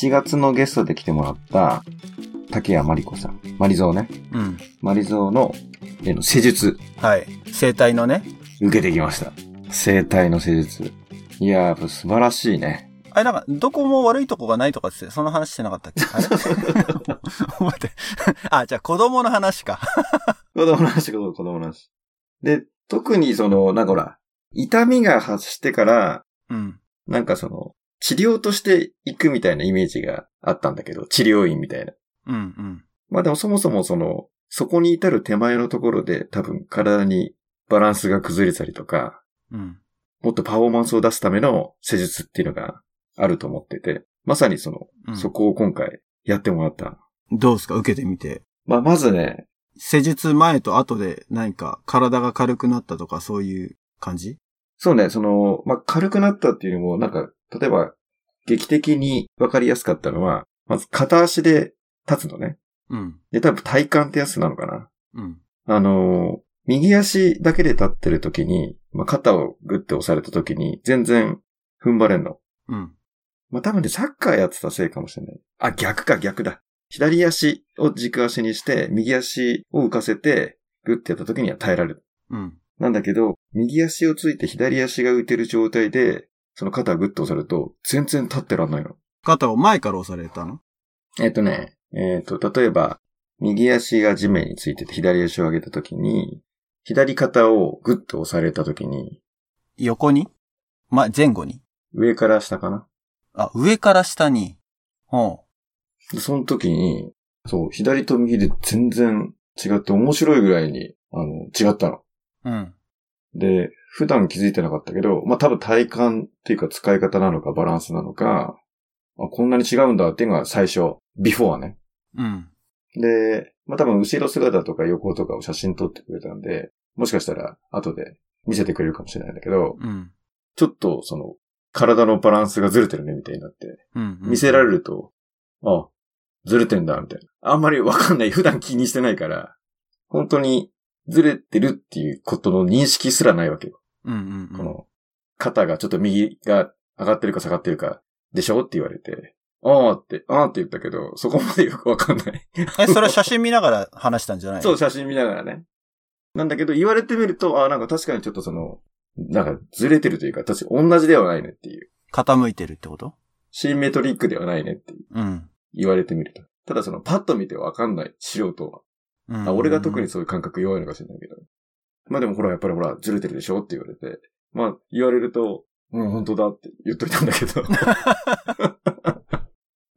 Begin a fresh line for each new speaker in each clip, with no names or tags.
7月のゲストで来てもらった、竹谷まりこさん。まりぞうね。
うん。
まりぞうの、えの、施術、
はい。生体のね。
受けてきました。生体の施術。いやー、やっぱ素晴らしいね。
あれなんか、どこも悪いとこがないとかっつって、その話してなかったっけあれ 待って。 あ、じゃあ子供の話か。
子供の話、子供の話。で、特にその、なんかほら、痛みが発してから、
うん。
なんかその、治療として行くみたいなイメージがあったんだけど、治療院みたいな。
うんうん。
まあでもそもそもその、そこに至る手前のところで多分体にバランスが崩れたりとか、
うん。
もっとパフォーマンスを出すための施術っていうのがあると思ってて、まさにその、
うん、
そこを今回やってもらった。
どうですか受けてみて。
まあまずね、
施術前と後で何か体が軽くなったとかそういう感じ
そうね、その、まあ軽くなったっていうよりも、なんか、例えば劇的にわかりやすかったのは、まず片足で立つのね。
うん。
で、多分体幹ってやつなのかな。
うん。
あのー、右足だけで立ってる時に、まあ、肩をグッて押された時に、全然踏ん張れんの。
うん。
まあ、多分ね、サッカーやってたせいかもしれない。あ、逆か、逆だ。左足を軸足にして、右足を浮かせて、グッてやった時には耐えられる。
うん。
なんだけど、右足をついて左足が浮いてる状態で、その肩をグッと押されると、全然立ってらんないの。
肩を前から押されたの
えっとね、えっ、と、例えば、右足が地面についてて左足を上げたときに、左肩をグッと押されたときに、
横にま、前後に
上から下かな
あ、上から下に。ほ
でその時に、そう、左と右で全然違って面白いぐらいに、あの、違ったの。
う。うん。
で、普段気づいてなかったけど、まあ、多分体感っていうか使い方なのかバランスなのか、あ、こんなに違うんだっていうのが最初、ビフォーはね。
うん。
で、まあ、多分後ろ姿とか横とかを写真撮ってくれたんで、もしかしたら後で見せてくれるかもしれないんだけど、
うん。
ちょっとその、体のバランスがずれてるねみたいになって、
うん。
見せられると、あ、ずれてんだ、みたいな。あんまりわかんない。普段気にしてないから、本当にずれてるっていうことの認識すらないわけよ。
うんうんうん。
この、肩がちょっと右が上がってるか下がってるか、でしょって言われて、ああって、ああって言ったけど、そこまでよくわかんない。
え、それは写真見ながら話したんじゃない
そう、写真見ながらね。なんだけど、言われてみると、あなんか確かにちょっとその、なんかずれてるというか、確かに同じではないねっていう。
傾いてるってこと
シンメトリックではないねっていう
うん。
言われてみると。ただその、パッと見てわかんない、素人は。
うん
あ俺が特に。そういう感覚弱いのかもしれないけど。まあでもほら、やっぱりほら、ずれてるでしょって言われて。まあ、言われると、うん、本当だって言っといたんだけど。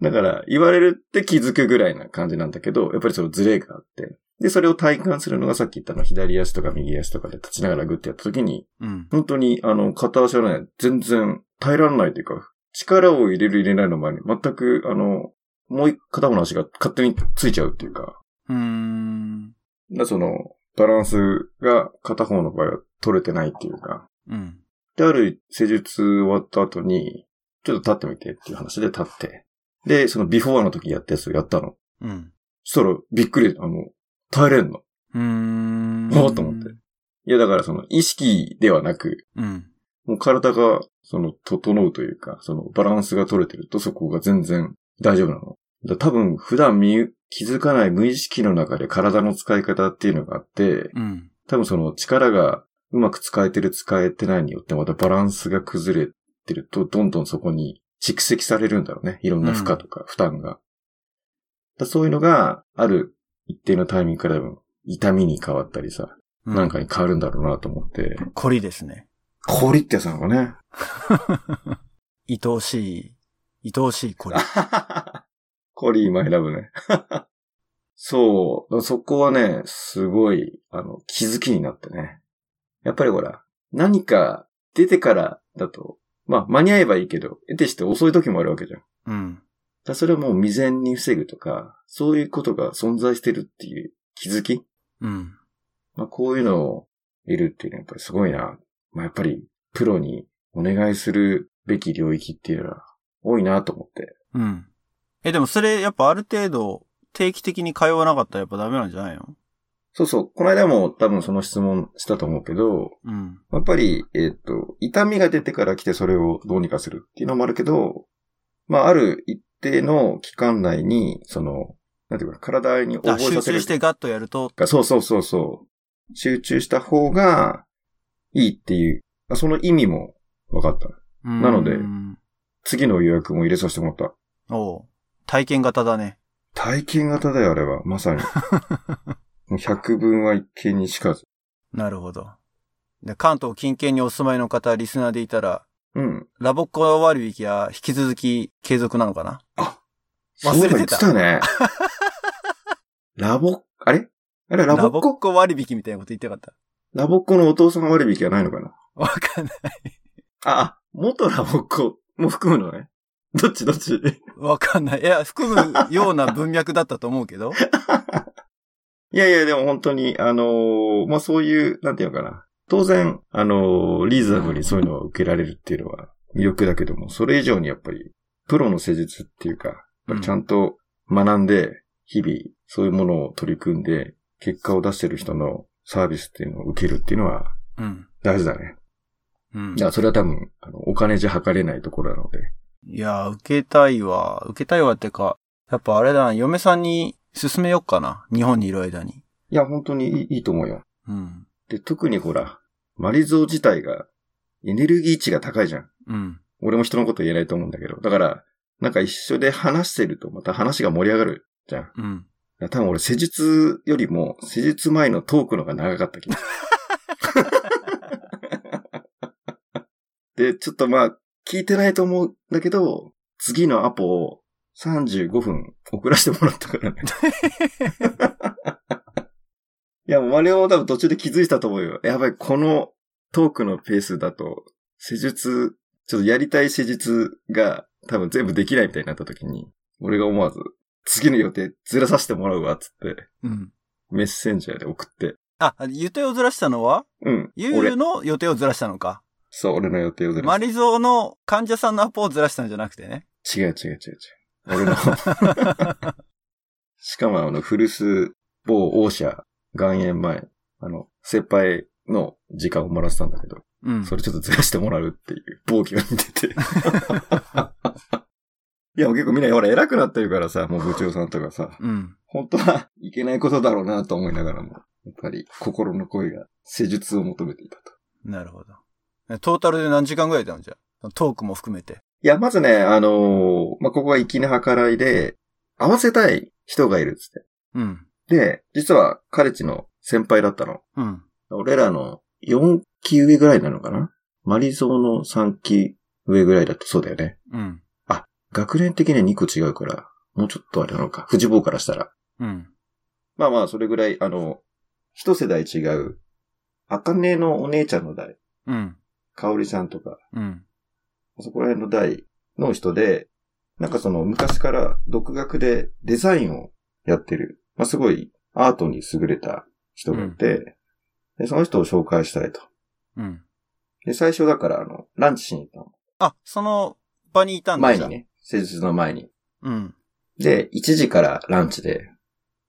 だから、言われるって気づくぐらいな感じなんだけど、やっぱりそのズレがあって。で、それを体感するのがさっき言ったの、左足とか右足とかで立ちながらグッてやった時に、
うん。
本当に、あの、片足はね、全然耐えられないというか、力を入れる入れないの前に、全く、あの、もう一片方の足が勝手についちゃうっていうか、
うーん。
だその、バランスが片方の場合は取れてないっていうか。
うん。
で、ある施術終わった後に、ちょっと立ってみてっていう話で立って。で、そのビフォーの時やったやつをやったの。
うん。
そしたら、びっくり、あの、耐えれんの。
うーん。
おーっと思って。いや、だからその、意識ではなく、
うん。
もう体が、その、整うというか、その、バランスが取れてるとそこが全然大丈夫なの。だ多分、普段見ゆ、気づかない無意識の中で体の使い方っていうのがあって、
うん。
多分その力がうまく使えてる使えてないによってまたバランスが崩れてると、どんどんそこに蓄積されるんだろうね。いろんな負荷とか負担が。だそういうのがある一定のタイミングから多分痛みに変わったりさ、
う
なんか。に変わるんだろうなと思って。
凝りですね。
氷ってやつなのかね。
愛おしい、愛おしい凝り。
コリーマイラブね。そう。そこはね、すごい、あの、気づきになってね。やっぱりほら、何か出てからだと、まあ、間に合えばいいけど、得てして遅い時もあるわけじゃん。だか
うん。
らそれはもう未然に防ぐとか、そういうことが存在してるっていう気づき
うん。
まあ、こういうのを得るっていうのはやっぱりすごいな。まあ、やっぱり、プロにお願いするべき領域っていうのは多いなと思って。
うん。え、でもそれ、やっぱある程度、定期的に通わなかったらやっぱダメなんじゃないの
そうそう。この間も多分その質問したと思うけど、
うん。
やっぱり、えっ、と、痛みが出てから来てそれをどうにかするっていうのもあるけど、まあ、ある一定の期間内に、その、なんていうか、体に
あ、
覚え
集
させ
中
る
してガッとやると、
そうそうそうそう。集中した方がいいっていう、あその意味も分かった。
な
ので次の予約も入れさせてもらった。
おう体験型だね。
体験型だよ、あれは。まさ に。もう百分は一見にしかず。
なるほど。で、関東近県にお住まいの方、リスナーでいたら、
うん。
ラボっ子割引は引き続き継続なのかな忘れてた
そういえば言ってたね。ラボ、あれあれラ
ラボ
ボっ
っ
子
子割引みたいなこと言ってなかった。
ラボっ子のお父さん割引はないのかな
わかんない。
あ、あ元ラボっ子も含むのね。どっちど っち
わかんない。いや、含むような文脈だったと思うけど。
いやいや、でも本当に、あのーまあ、そういう、なんていうのかな。当然、あのーリーズナブルにそういうのは受けられるっていうのは魅力だけども、それ以上にやっぱり、プロの施術って いうか、やっぱりちゃんと学んで、日々、そういうものを取り組んで、結果を出してる人のサービスっていうのを受けるっていうのは
うん。
大事だね。
うん
い。や、それは多分、あのお金じゃ測れないところなので。
いや、受けたいわ。受けたいわってか、やっぱあれだな、嫁さんに勧めよっかな。日本にいる間に。
いや、本当にいいいいと思うよ。
うん。
で、特にほら、マリゾー自体が、エネルギー値が高いじゃん。
うん。
俺も人のこと言えないと思うんだけど。だから、なんか一緒で話してるとまた話が盛り上がるじゃん。だか
うん。
ら多分俺施術よりも、施術前のトークの方が長かった気がする。で、ちょっとまあ、聞いてないと思うんだけど、次のアポを35分遅らせてもらったからね。いや、もう我々も多分途中で気づいたと思うよ。やばい、このトークのペースだと、施術ちょっとやりたい施術が多分全部できないみたいになった時に、俺が思わず、次の予定ずらさせてもらうわ、つって、
うん。
メッセンジャーで送って。
あ、予定をずらしたのは
うん。
ゆ
俺
う、の予定をずらしたのか。
そう、俺の予定をずら
マ
さ
リゾーの患者さんのアポをずらしたんじゃなくてね。
違う違う違う違う。俺の。 しかもあの、古巣、某王者、岩塩前、あの、先輩の時間をもらってたんだけど、
うん。
それちょっとずらしてもらうっていう、暴挙が出てて。 いや、もう結構みんな、ほら、偉くなってるからさ、もう部長さんとかさ、
うん。
本当はいけないことだろうなと思いながらも、やっぱり心の声が施術を求めていたと。
なるほど。トータルで何時間ぐらいだのじゃあ。トークも含めて。
いや、まずね、あのーまあ、ここが粋な計らいで、合わせたい人がいるっつっ
うん。
て。で、実は彼氏の先輩だったの。
うん。
俺らの4期上ぐらいなのかなマリゾーの3期上ぐらいだとそうだよね。
うん。
学年的には2個違うから、もうちょっとあれなのか。藤坊からしたら。
うん。
まあまあ、それぐらい、あの、一世代違う、あかねのお姉ちゃんの代、
うん。
かおりさんとか、
うん。
そこら辺の代の人で、なんかその昔から独学でデザインをやってる、まあ、すごいアートに優れた人がいて、で、その人を紹介したいと。
うん。
で、最初だからあの、ランチしに行った
あ、その場にいた
の。
んだ
前
じゃ
に
あ。
ね、施術の前に。
うん。
で、1時からランチで、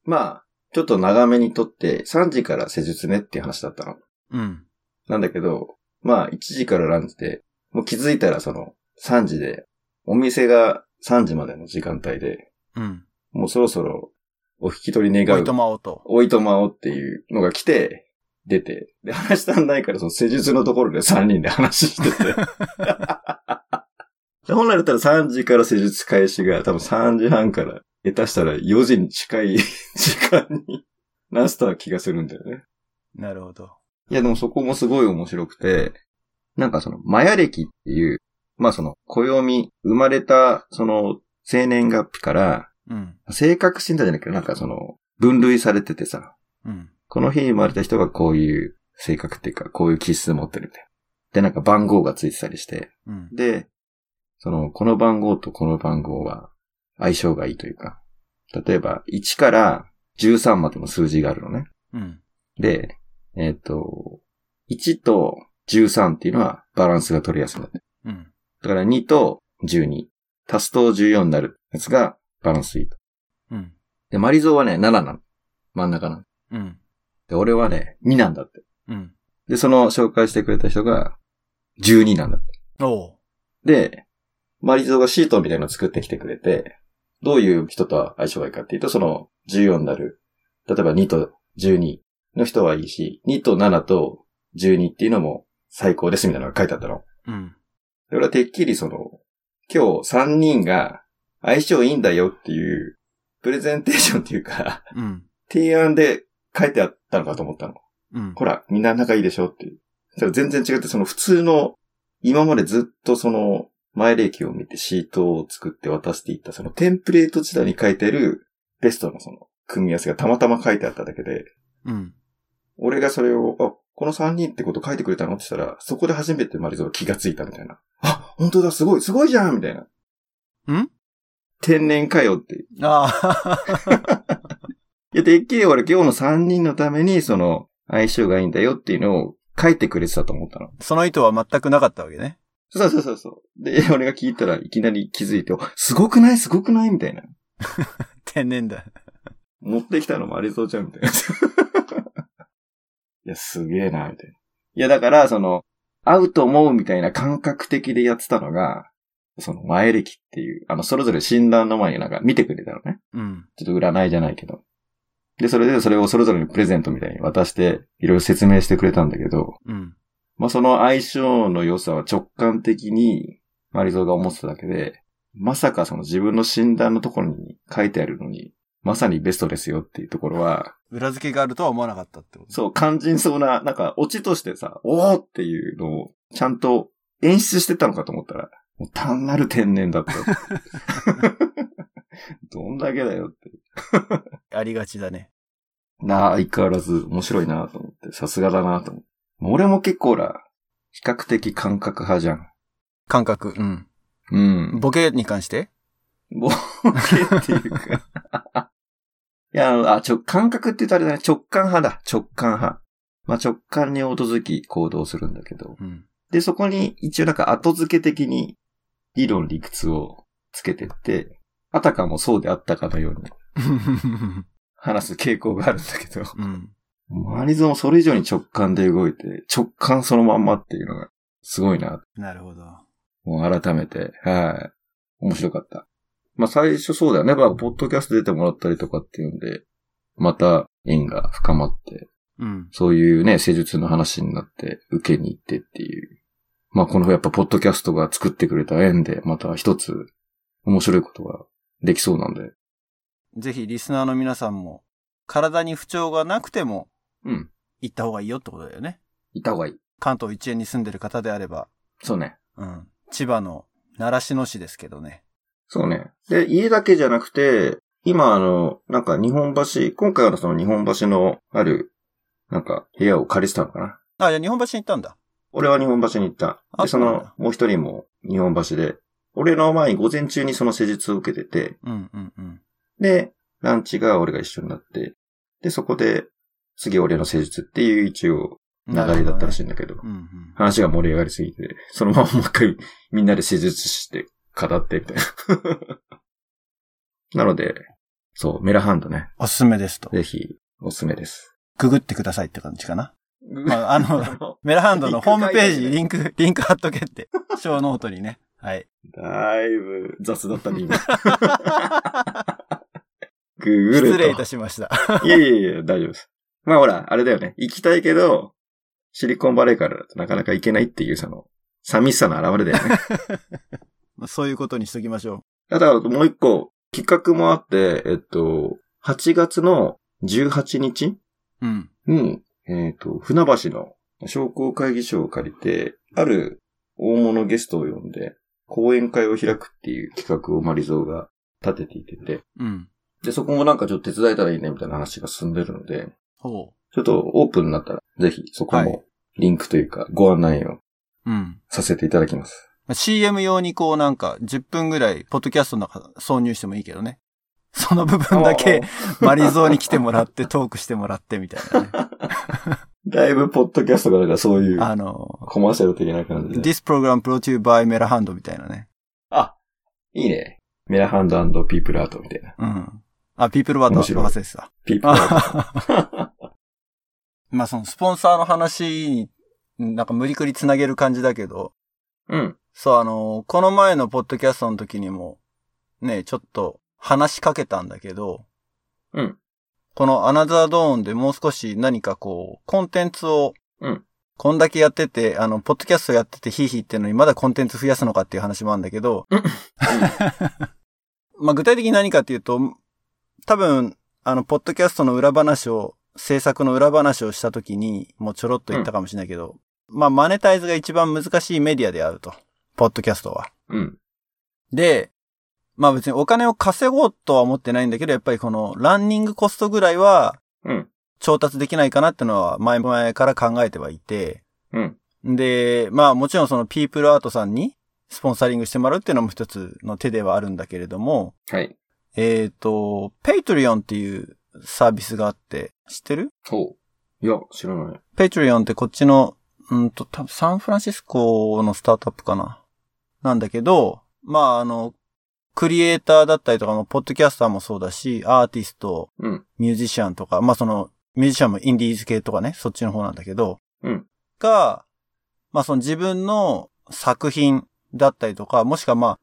まあ、ちょっと長めにとって3時から施術ねっていう話だったの。
うん。
なんだけど、まあ1時からランチで、もう気づいたらその3時で、お店が3時までの時間帯で、
うん。
もうそろそろお引き取り願
お
う
い、とまおうと。
おいとまおっていうのが来て、出て、で、話したんないからその施術のところで3人で話して て。で本来だったら3時から施術開始が多分3時半から、下手したら4時に近い 時間になした気がするんだよね。
なるほど。
いや、でもそこもすごい面白くて、なんかその、マヤ暦っていう、まあその、暦、生まれた、その、生年月日から、
うん。
性格診断じゃなくて、なんかその、分類されててさ、
うん。
この日に生まれた人がこういう性格っていうか、こういう気質持ってるみたいな。で、なんか番号がついてたりして、
うん。
で、その、この番号とこの番号は相性がいいというか、例えば、1から13までの数字があるのね。
うん。
で、えっ、と、1と13っていうのはバランスが取りやすいんだって。
うん。
だから2と12、足すと14になるやつがバランスいいと。
うん。
で、マリゾーはね、7なの。真ん中なの。
うん。
で、俺はね、2なんだって。
うん。
で、その紹介してくれた人が12なんだって。
おう。
で、マリゾーがシートみたいなの作ってきてくれて、どういう人と相性がいいかっていうと、その14になる、例えば2と12の人はいいし、2と7と12っていうのも最高ですみたいなのが書いてあったの。
うん。
で、俺はてっきりその、今日3人が相性いいんだよっていう、プレゼンテーションっていうか、
うん。
提案で書いてあったのかと思ったの。
うん。
ほら、みんな仲いいでしょっていう。それ全然違って、その普通の、今までずっとその、前例記を見てシートを作って渡していった、そのテンプレート自体に書いてるベストのその、組み合わせがたまたま書いてあっただけで、
うん。
俺がそれを、あ、この3人ってこと書いてくれたのって言ったら、そこで初めてマリゾが気がついたみたいな。あ、本当だ、すごい、すごいじゃんみたいな。
ん
天然かよって。い
ああ、
や、てっきり俺今日の3人のために、その、相性がいいんだよっていうのを書いてくれてたと思ったの。
その意図は全くなかったわけね。
そうそうそうそう。で、俺が聞いたらいきなり気づいて、おすごくないすごくないみたいな。
天然だ。
持ってきたのもありそうじゃん みたいな。いや、すげえな、みたいな。いや、だから、その、会うと思うみたいな感覚的でやってたのが、その前歴っていう、あの、それぞれ診断の前になんか見てくれたのね。
うん。
ちょっと占いじゃないけど。で、それでそれをそれぞれにプレゼントみたいに渡して、いろいろ説明してくれたんだけど、
うん。
まあ、その相性の良さは直感的にマリゾーが思ってただけで、まさかその自分の診断のところに書いてあるのに、まさにベストですよっていうところは、
裏付けがあるとは思わなかったってこと。
そう、肝心そうな、なんか、オチとしてさ、おーっていうのを、ちゃんと演出してたのかと思ったら、もう単なる天然だった。 どんだけだよって。
ありがちだね。
なあ、相変わらず面白いなと思って、さすがだなと思って。もう俺も結構ら、比較的感覚派じゃん。
感覚。うん。
うん。
ボケに関して
ボケっていうか。いや、あの、あ、ちょ、感覚って言うとあれだね。直感派だ。直感派。まあ、直感に基づき行動するんだけど。
うん。
で、そこに一応なんか後付け的に理論理屈をつけてって、あたかもそうであったかのように話す傾向があるんだけど。
うん。
マリゾンそれ以上に直感で動いて、直感そのまんまっていうのがすごいな
なるほど。
もう改めて、はい。面白かった。まあ最初そうだよね。まあ、ポッドキャスト出てもらったりとかっていうんで、また縁が深まって、
うん。
そういうね、施術の話になって、受けに行ってっていう。まあこのやっぱポッドキャストが作ってくれた縁で、また一つ面白いことができそうなんで。
ぜひリスナーの皆さんも、体に不調がなくても
うん。
行った方がいいよってことだよね。
いた方がいい。
関東一円に住んでる方であれば、
そうね。
うん。千葉の習志野市ですけどね。
そうね。で、家だけじゃなくて、今あの、なんか日本橋、今回はその日本橋のある、なんか部屋を借りてたのかな。
あ、じゃあ日本橋に行ったんだ。
俺は日本橋に行った。
あ
で、そ
そうなん
の
だ、
もう一人も日本橋で、俺の前に午前中にその施術を受けてて、
うんうんうん。
で、ランチが俺が一緒になって、で、そこで、次俺の施術っていう一応流れだったらしい
い。
んだけど、
うんうん。
話が盛り上がりすぎて、そのままもう一回みんなで施術して語ってみ たいな。なので、そう、メラハンドね、
おすすめですと。
ぜひおすすめです。
ググってくださいって感じかな。まあ、あの、メラハンドのホームページにリンク、リンク貼っとけ って。小ノートにね。はい。
だいぶ雑だった ね、今。ググると。
失礼いたしました。
いやいやいや、大丈夫です。まあほら、あれだよね。行きたいけど、シリコンバレーからだとなかなか行けないっていう、その、寂しさの表れだよね。
まあそういうことにしときましょ
ただ、もう一個、企画もあって、えっと、8月の18日
う。うん。
に、えっと、船橋の商工会議所を借りて、ある大物ゲストを呼んで、講演会を開くっていう企画をマリゾーが立てていてて、
うん。
で、そこもなんかちょっと手伝えたらいいねみたいな話が進んでるので、
ほ
ちょっとオープンになったら、ぜひそこ
はい
もリンクというかご案内を
う。うん。
させていただきます。
まあ CM 用にこうなんか10分ぐらい、ポッドキャストの中挿入してもいいけどね。その部分だけ、 マリゾーに来てもらって、トークしてもらってみたいなね。
だいぶポッドキャストがなんかそういう
あの、
コマーシャル的な感じで。
This program brought to you by メラハンドみたいなね。
あ、いいね。メラハンドピープルアートみたいな。
うん。あ、ピープルワード
面白い
忘れてた。
ピープルアート。
まあそのスポンサーの話に、なんか無理くりつなげる感じだけど、
うん。
そうあの、この前のポッドキャストの時にも、ね、ちょっと話しかけたんだけど、
うん。
このアナザードーンでもう少し何かこう、コンテンツを、
うん
こんだけやってて、あの、ポッドキャストやっててヒーヒーってのにまだコンテンツ増やすのかっていう話もあるん だけど、
うん
まあ具体的に何かっていうと、多分、あの、ポッドキャストの裏話を、制作の裏話をした時に、もうちょろっと言ったかもしれないけど、まあマネタイズが一番難しいメディアであると。ポッドキャストは。
うん。
で、まあ別にお金を稼ごうとは思ってないんだけど、やっぱりこのランニングコストぐらいは
うん。
調達できないかなってのは前々から考えてはいて、
うん。
で、まあもちろんそのピープルアートさんにスポンサリングしてもらうっていうのも一つの手ではあるんだけれども、
はい。
えっ、と、ペイトリオンっていうサービスがあって、知ってる
ほう。いや、知らない。
ペイトリオンってこっちの、うんと、多分サンフランシスコのスタートアップかな。なんだけど、まあ、あの、クリエイターだったりとかも、ポッドキャスターもそうだし、アーティスト、
うん。
ミュージシャンとか、まあ、その、ミュージシャンもインディーズ系とかね、そっちの方なんだけど、
うん
が、まあ、その自分の作品だったりとか、もしくはまあ、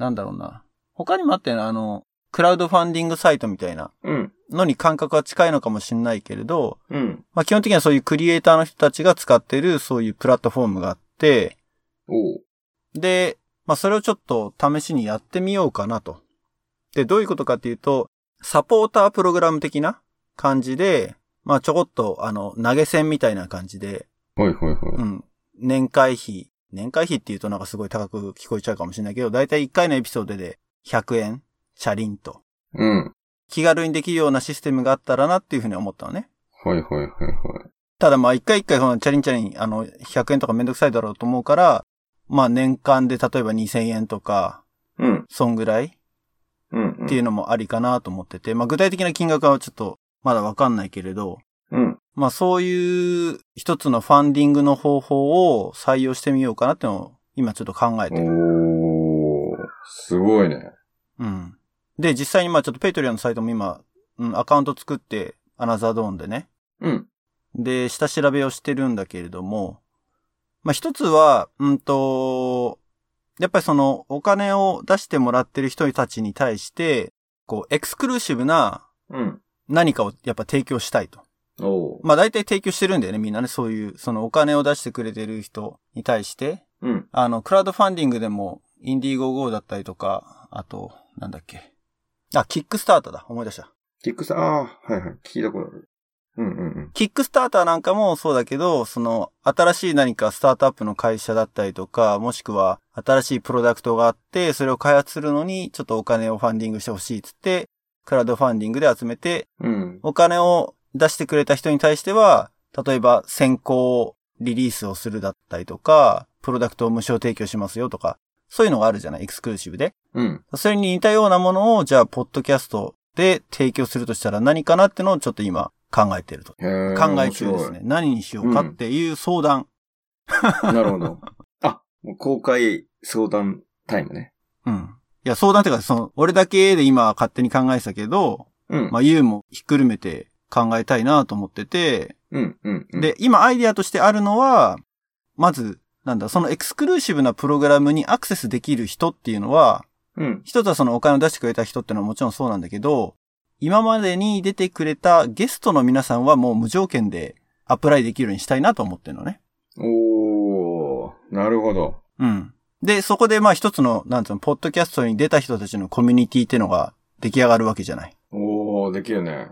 なんだろうな。他にもあったよな、あの、クラウドファンディングサイトみたいな
うん。
のに感覚が近いのかもしれないけれど、
うん。
まあ、基本的にはそういうクリエイターの人たちが使ってるそういうプラットフォームがあって、
おう。
で、まあ、それをちょっと試しにやってみようかなと。で、どういうことかっていうと、サポータープログラム的な感じで、まあ、ちょこっと、あの、投げ銭みたいな感じで、
はいはいはい。
うん、年会費、年会費っていうとなんかすごい高く聞こえちゃうかもしれないけど、だいたい1回のエピソードで100円、チャリンと、
うん。
気軽にできるようなシステムがあったらなっていうふうに思ったのね。
はいはいはいはい。
ただまあ一回一回このチャリンチャリン、あの、100円とかめんどくさいだろうと思うから、まあ年間で例えば2000円とか、
うん。
そんぐらいっ
うん。
ていうのもありかなと思ってて、まあ具体的な金額はちょっとまだわかんないけれど、
うん。
まあそういう一つのファンディングの方法を採用してみようかなっていうのを今ちょっと考えてる。
おー。すごいね。
うん。で、実際にまあちょっとペイトリアのサイトも今、うん、アカウント作って、アナザードーンでね、
うん。
で、下調べをしてるんだけれども、まあ、一つは、うんと、やっぱりその、お金を出してもらってる人たちに対して、こう、エクスクルーシブな
うん。
何かをやっぱ提供したいと。
おー。
まあ、大体提供してるんだよね、みんなね。そういう、そのお金を出してくれてる人に対して、
うん。
あの、クラウドファンディングでも、インディーゴーゴーだったりとか、あと、なんだっけ。あ、キックスターターだ。思い出した。
キックスター、あーはいはい。聞いたことある。うんうん
キックスターターなんかもそうだけど、その、新しい何かスタートアップの会社だったりとか、もしくは新しいプロダクトがあって、それを開発するのに、ちょっとお金をファンディングしてほしいっつって、クラウドファンディングで集めて、
うん。うん。
お金を出してくれた人に対しては、例えば先行リリースをするだったりとか、プロダクトを無償提供しますよとか、そういうのがあるじゃないエクスクルーシブで。
うん。
それに似たようなものを、じゃあ、ポッドキャストで提供するとしたら何かなってのをちょっと今考えてると。
へー
考え中ですね。。何にしようかっていう相談。
面白いなるほ ど。あ、もう公開相談タイムね。
うん。いや、相談っていうか、その、俺だけで今勝手に考えてたけど、
うん。
まあ、ユウもひっくるめて考えたいなと思ってて、
うんうんうん。、
で、今アイディアとしてあるのは、まず、なんだ、そのエクスクルーシブなプログラムにアクセスできる人っていうのは、
うん。
一つはそのお金を出してくれた人っていうのはもちろんそうなんだけど、今までに出てくれたゲストの皆さんはもう無条件でアプライできるようにしたいなと思ってるのね。
おー。なるほど。
うん。で、そこでまあ一つの、なんつうの、ポッドキャストに出た人たちのコミュニティってのが出来上がるわけじゃない。
おー、できるね。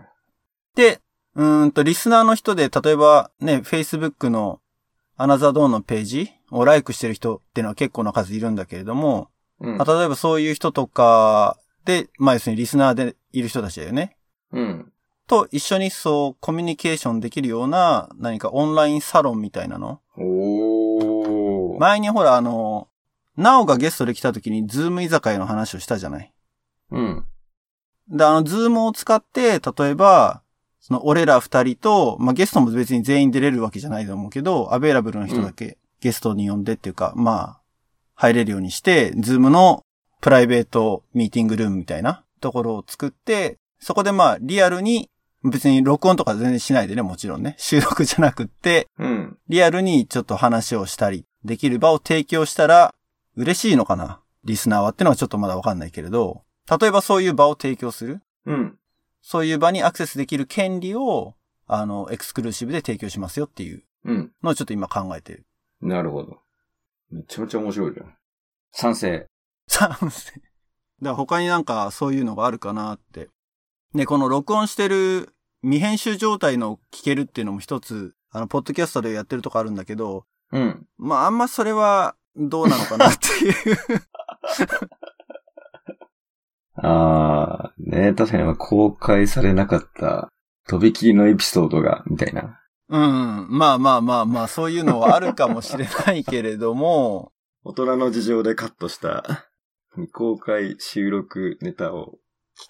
で、うーんと、リスナーの人で、例えばね、Facebook のアナザードーンのページをライクしてる人ってのは結構な数いるんだけれども、
うん
ま。あ例えばそういう人とかで、まあ要するにリスナーでいる人たちだよね。
うん。
と一緒にそうコミュニケーションできるような何かオンラインサロンみたいなの
おー。
前にほらあの、なおがゲストで来た時にズーム居酒屋の話をしたじゃない
うん。
で、あの、ズームを使って、例えば、その、俺ら二人と、まあ、ゲストも別に全員出れるわけじゃないと思うけど、アベイラブルの人だけゲストに呼んでっていうか、まあ、入れるようにして、ズームのプライベートミーティングルームみたいなところを作って、そこでまあ、リアルに、別に録音とか全然しないでね、もちろんね、収録じゃなくって、
うん。
リアルにちょっと話をしたり、できる場を提供したら、嬉しいのかなリスナーはってのはちょっとまだわかんないけれど、例えばそういう場を提供する。
うん。
そういう場にアクセスできる権利を、あの、エクスクルーシブで提供しますよっていう
うん。
のをちょっと今考えてる。
なるほど。めちゃめちゃ面白いじゃん。賛成。
賛成。だから他になんかそういうのがあるかなって。ね、この録音してる未編集状態の聞けるっていうのも一つ、あの、ポッドキャストでやってるとこあるんだけど、
うん。
まああんまそれはどうなのかなっていう。
あー、ね確かにまあ公開されなかった、とびきりのエピソードが、みたいな。
うん。まあまあまあまあ、そういうのはあるかもしれないけれども、
大人の事情でカットした、未公開収録ネタを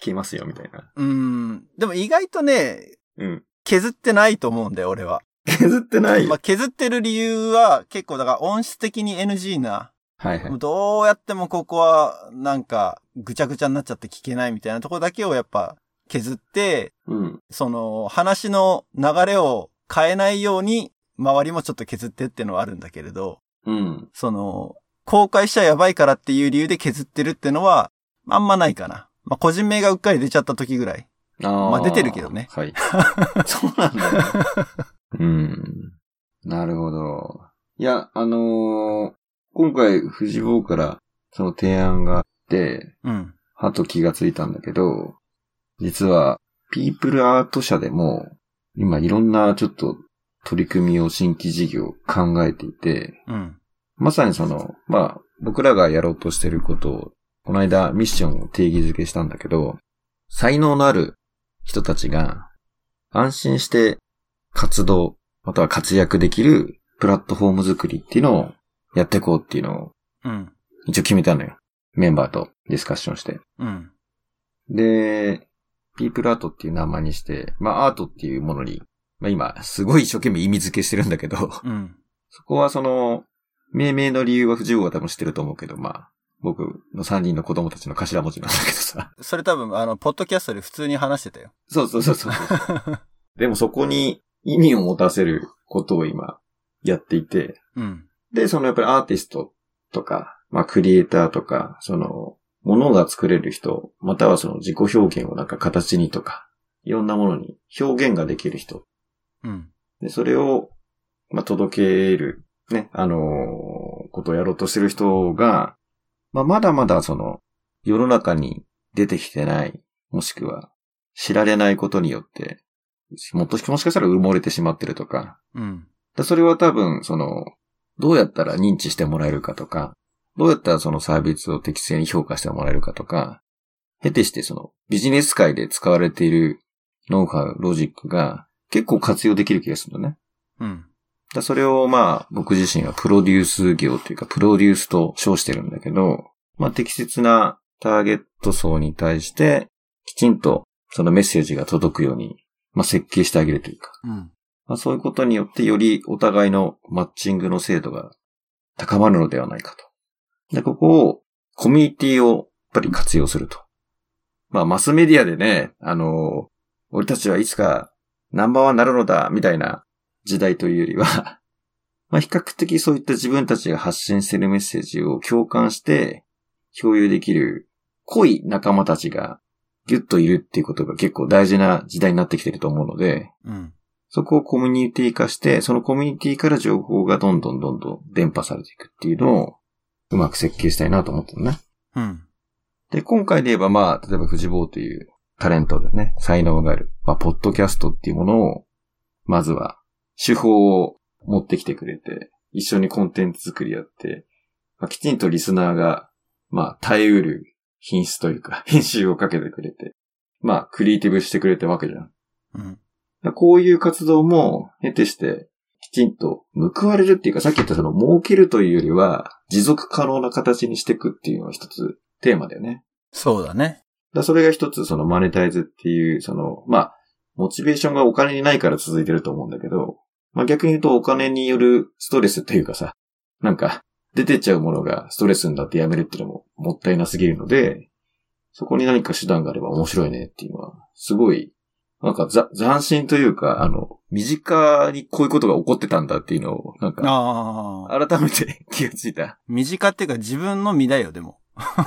聞けますよ、みたいな。
うん。でも意外とね、
うん。
削ってないと思うんだよ、俺は。
削ってない
まあ、
よ。
削ってる理由は結構だから音質的に NG な。
はいは
もう
い。
どうやってもここはなんかぐちゃぐちゃになっちゃって聞けないみたいなところだけをやっぱ削って、
うん。
その話の流れを変えないように周りもちょっと削ってっていうのはあるんだけれど、
うん。
その公開しちゃやばいからっていう理由で削ってるってのはあんまないかな。まあ、個人名がうっかり出ちゃった時ぐらい。
あー
まあ出てるけどね
はい。そうなんだ、ね。うん。なるほど。いや、あのー今回、藤坊から、その提案があって、
うん。
はと気がついたんだけど、実は、ピープルアート社でも、今いろんなちょっと取り組みを新規事業考えていて、
うん。
まさにその、まあ、僕らがやろうとしてることを、この間ミッションを定義づけしたんだけど、才能のある人たちが、安心して活動、または活躍できるプラットフォーム作りっていうのをやっていこうっていうのを、
うん。
一応決めたのよ。メンバーとディスカッションして。
うん。
で、ピープルアートっていう名前にして、まあアートっていうものに、まあ今、すごい一生懸命意味付けしてるんだけど、
うん。
そこはその、命名の理由は藤尾が多分知ってると思うけど、まあ、僕の3人の子供たちの頭文字なんだけどさ。
それ多分あの、ポッドキャストで普通に話してたよ。
そうそうそうそうそう。でもそこに意味を持たせることを今、やっていて、
うん。
で、そのやっぱりアーティストとか、まあクリエイターとか、その、ものが作れる人、またはその自己表現をなんか形にとか、いろんなものに表現ができる人。
うん。
で、それを、まあ届ける、ね、あのーことをやろうとしてる人が、まあまだまだその、世の中に出てきてない、もしくは知られないことによって、もっともしかしたら埋もれてしまってるとか、
うん。
で、それは多分、その、どうやったら認知してもらえるかとか、どうやったらそのサービスを適正に評価してもらえるかとか、経てしてそのビジネス界で使われているノウハウ、ロジックが結構活用できる気がするんだね。
うん。
だそれをまあ僕自身はプロデュース業というかプロデュースと称してるんだけど、まあ適切なターゲット層に対してきちんとそのメッセージが届くように、まあ設計してあげるというか、
うん。
まあ、そういうことによってよりお互いのマッチングの精度が高まるのではないかと。で、ここをコミュニティをやっぱり活用すると。まあ、マスメディアでね、あの、俺たちはいつかナンバーワンになるのだ、みたいな時代というよりは、 まあ、比較的そういった自分たちが発信しているメッセージを共感して共有できる濃い仲間たちがギュッといるっていうことが結構大事な時代になってきてると思うので、
うん。
そこをコミュニティ化して、そのコミュニティから情報がどんどんどんどん伝播されていくっていうのをうまく設計したいなと思ってるね。
うん。
で、今回で言えばまあ、例えば藤坊というタレントでね、才能がある、まあ、ポッドキャストっていうものを、まずは、手法を持ってきてくれて、一緒にコンテンツ作りやって、まあ、きちんとリスナーが、まあ、耐えうる品質というか、 編集をかけてくれて、まあ、クリエイティブしてくれてわけじゃん。
うん。
こういう活動も、得てして、きちんと報われるっていうか、さっき言ったその、儲けるというよりは、持続可能な形にしていくっていうのが一つテーマだよね。
そうだね。
だそれが一つそのマネタイズっていう、その、まあ、モチベーションがお金にないから続いてると思うんだけど、まあ逆に言うとお金によるストレスっていうかさ、なんか、出てっちゃうものがストレスになってやめるっていうのももったいなすぎるので、そこに何か手段があれば面白いねっていうのは、すごい、なんかざ斬新というか、あの、身近にこういうことが起こってたんだっていうのを、なんか、
ああ。
改めて気がついた。
身近っていうか自分の身だよ、でも。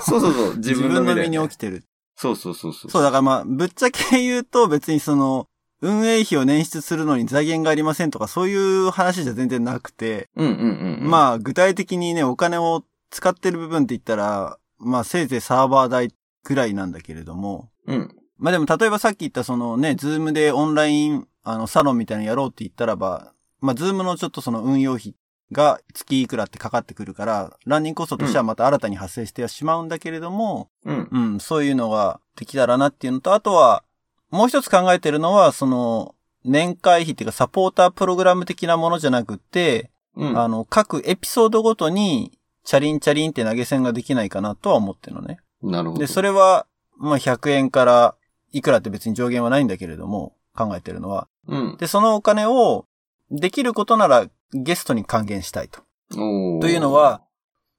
そうそうそう、自
自
分
分
の
の
身
身に
に
起
起き
きてる。
そうそうそうそう。
そう、だからまあ、ぶっちゃけ言うと別にその、運営費を捻出するのに財源がありませんとかそういう話じゃ全然なくて、
うんうんうん。あ。
まあ、具体的にね、お金を使ってる部分って言ったら、まあ、せいぜいサーバー代くらいなんだけれども、
うん。
まあでも、例えばさっき言ったそのね、ズームでオンライン、あの、サロンみたいなのやろうって言ったらば、まあ、ズームのちょっとその運用費が月いくらってかかってくるから、ランニングコストとしてはまた新たに発生してはしまうんだけれども、
うん。
うん、そういうのができたらなっていうのと、あとは、もう一つ考えてるのは、その、年会費っていうかサポータープログラム的なものじゃなくって、
うん。
あの、各エピソードごとに、チャリンチャリンって投げ銭ができないかなとは思ってるのね。
なるほど。
で、それは、まあ、100円からいくらって別に上限はないんだけれども、考えてるのは。
うん。
で、そのお金を、できることならゲストに還元したいと。
おー
というのは、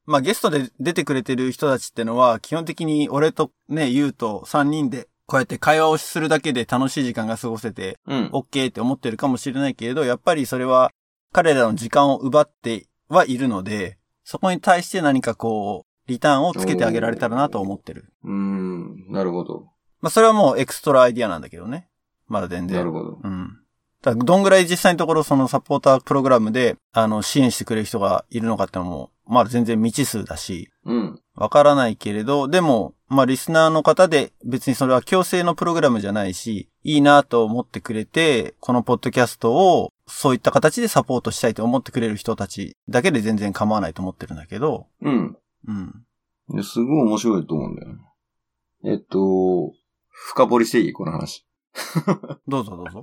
まあ、ゲストで出てくれてる人たちってのは、基本的に俺とね、ゆうと3人で、こうやって会話をするだけで楽しい時間が過ごせて、
うん。
OK って思ってるかもしれないけれど、やっぱりそれは彼らの時間を奪ってはいるので、そこに対して何かこう、リターンをつけてあげられたらなと思ってる。
うーん。なるほど。
まあそれはもうエクストラアイディアなんだけどね。まだ全然。
なるほど。
うん。だからどんぐらい実際のところそのサポータープログラムで、あの、支援してくれる人がいるのかってのも、まだ全然未知数だし、
うん。
わからないけれど、でも、まあ、リスナーの方で、別にそれは強制のプログラムじゃないし、いいなと思ってくれて、このポッドキャストを、そういった形でサポートしたいと思ってくれる人たちだけで全然構わないと思ってるんだけど、
うん。
うん。
いやすごい面白いと思うんだよね。えっと、深掘りしていいこの話。
どうぞどうぞ。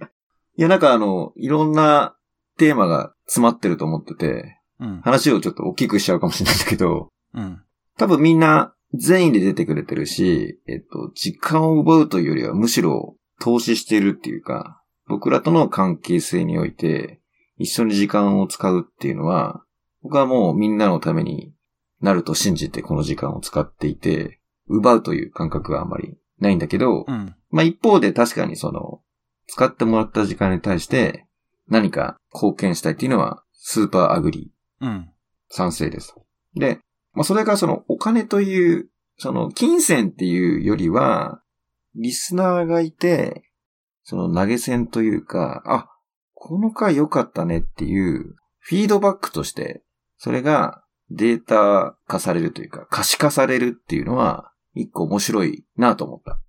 いや、なんかあの、いろんなテーマが詰まってると思ってて、
うん。
話をちょっと大きくしちゃうかもしれないんだけど、
うん。
多分みんな善意で出てくれてるし、えっと、時間を奪うというよりはむしろ投資してるっていうか、僕らとの関係性において、一緒に時間を使うっていうのは、僕はもうみんなのためになると信じてこの時間を使っていて、奪うという感覚はあんまりないんだけど、
うん。
まあ一方で確かにその、使ってもらった時間に対して何か貢献したいっていうのはスーパーアグリー。
うん。
賛成です。で、まあ、それがそのお金という、その金銭っていうよりは、リスナーがいて、その投げ銭というか、あ、この回良かったねっていうフィードバックとして、それがデータ化されるというか、可視化されるっていうのは、一個面白いなと思った。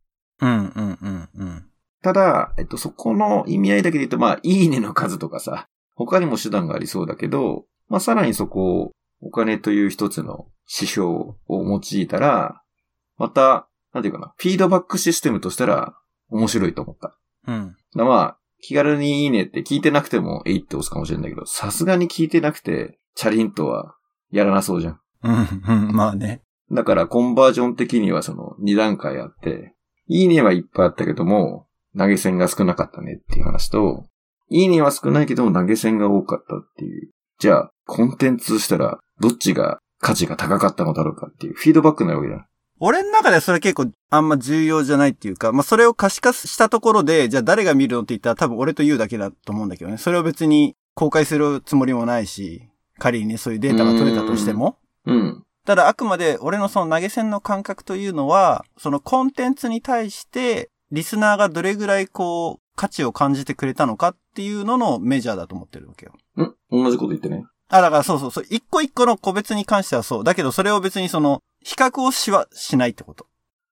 うん。うん。うん。うん。
ただ、えっと、そこの意味合いだけで言うと、まあ、いいねの数とかさ、他にも手段がありそうだけど、まあ、さらにそこをお金という一つの指標を用いたら、また、なんていうかな、フィードバックシステムとしたら面白いと思った。だか
うん。
らまあ、気軽にいいねって聞いてなくても、えいって押すかもしれないけど、さすがに聞いてなくて、チャリンとはやらなそうじゃん。
うん。うん。 まあね。
だからコンバージョン的にはその2段階あって、いいねはいっぱいあったけども、投げ銭が少なかったねっていう話と、いいねは少ないけども投げ銭が多かったっていう。じゃあ、コンテンツしたら、どっちが価値が高かったのだろうかっていうフィードバックになるわけだ。
俺の中ではそれ結構あんま重要じゃないっていうか、まあそれを可視化したところで、じゃあ誰が見るのって言ったら多分俺と言うだけだと思うんだけどね。それを別に公開するつもりもないし、仮にね、そういうデータが取れたとしても。
うん。
ただあくまで俺のその投げ銭の感覚というのは、そのコンテンツに対して、リスナーがどれぐらいこう、価値を感じてくれたのかっていうののメジャーだと思ってるわけよ。
ん同じこと言ってね。
あ、だからそうそうそう。一個一個の個別に関してはそう。だけどそれを別にその、比較をしは、しないってこと。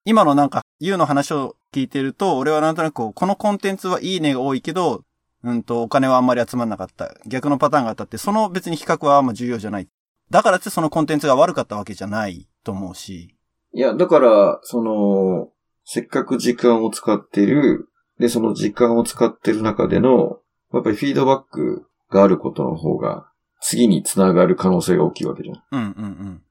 今のなんか、ゆうの話を聞いてると、俺はなんとなくこうこのコンテンツはいいねが多いけど、うんと、お金はあんまり集まんなかった。逆のパターンがあったって、その別に比較はあんま重要じゃない。だからってそのコンテンツが悪かったわけじゃないと思うし。
いや、だから、その、せっかく時間を使ってる、で、その時間を使ってる中での、やっぱりフィードバックがあることの方が、次につながる可能性が大きいわけじゃん。
うんうんうん。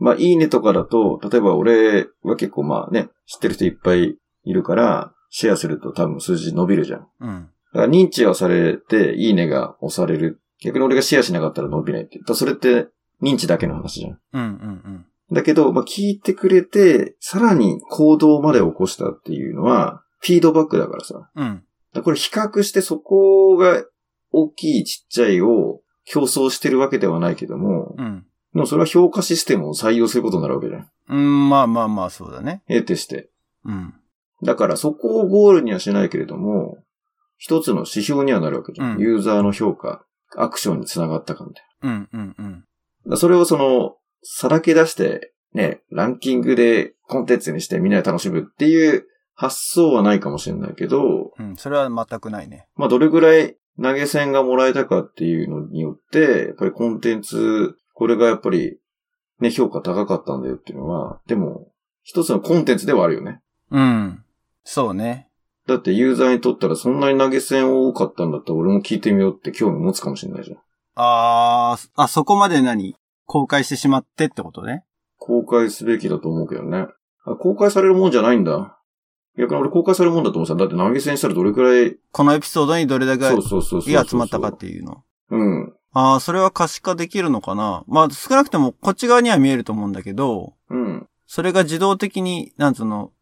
まあ、いいねとかだと、例えば俺は結構まあね、知ってる人いっぱいいるから、シェアすると多分数字伸びるじゃん。だ
うん。
から認知はされて、いいねが押される。逆に俺がシェアしなかったら伸びないって。だからそれって認知だけの話じゃん。
うんうん
だけど、まあ、聞いてくれて、さらに行動まで起こしたっていうのは、フィードバックだからさ。だか
うん。うん。
らこれ比較してそこが大きいちっちゃいを競争してるわけではないけども、
うん。
でもそれは評価システムを採用することになるわけじゃん。
うん、まあまあまあ、そうだね。
ええてして。
うん。
だからそこをゴールにはしないけれども、一つの指標にはなるわけじゃん。
うん
ユーザーの評価、アクションにつながったかみたい
うん、うん、うん。
な。だからそれをその、さらけ出して、ね、ランキングでコンテンツにしてみんなで楽しむっていう発想はないかもしれないけど、
うん、それは全くないね。
まあどれぐらい投げ銭がもらえたかっていうのによって、やっぱりコンテンツ、これがやっぱりね、評価高かったんだよっていうのは、でも、一つのコンテンツではあるよね。
うん。そうね。
だってユーザーにとったらそんなに投げ銭多かったんだったら俺も聞いてみようって興味持つかもしれないじゃん。
あー、あ、そこまで何公開してしまってってことね。
公開すべきだと思うけどね。あ、公開されるもんじゃないんだ。逆に俺公開されるもんだと思ってた。だって投げ銭したらどれくらい、
このエピソードにどれだけ
そうそうそうそうそう。
いい集まったかっていうの。
うん。
ああ、それは可視化できるのかなまあ、少なくともこっち側には見えると思うんだけど、
うん。
それが自動的に、なんつうの、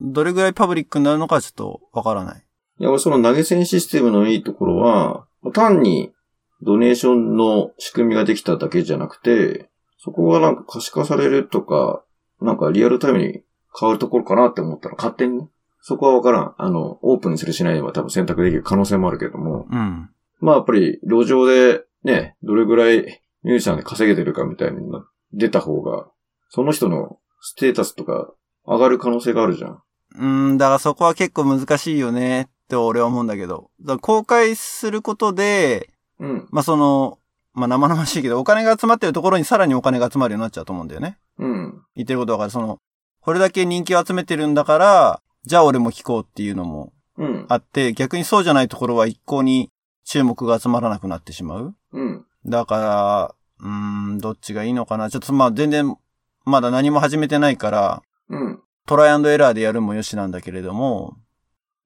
どれぐらいパブリックになるのかちょっとわからない。
いや、俺その投げ銭システムのいいところは、単にドネーションの仕組みができただけじゃなくて、そこがなんか可視化されるとか、なんかリアルタイムに変わるところかなって思ったら勝手にね。そこはわからん。あの、オープンにするしないは多分選択できる可能性もあるけども。
うん。
まあやっぱり路上でね、どれぐらいミュージシャンで稼げてるかみたいにな出た方が、その人のステータスとか上がる可能性があるじゃん。
うん、だからそこは結構難しいよねって俺は思うんだけど。だから公開することで、
うん、
まあその、まあ生々しいけど、お金が集まってるところにさらにお金が集まるようになっちゃうと思うんだよね。
うん、
言ってることだから、その、これだけ人気を集めてるんだから、じゃあ俺も聞こうっていうのも
うん、
あって、逆にそうじゃないところは一向に注目が集まらなくなってしまう。
うん。
だから、うーん、どっちがいいのかな。ちょっとまあ全然、まだ何も始めてないから、
うん。
トライアンドエラーでやるもよしなんだけれども、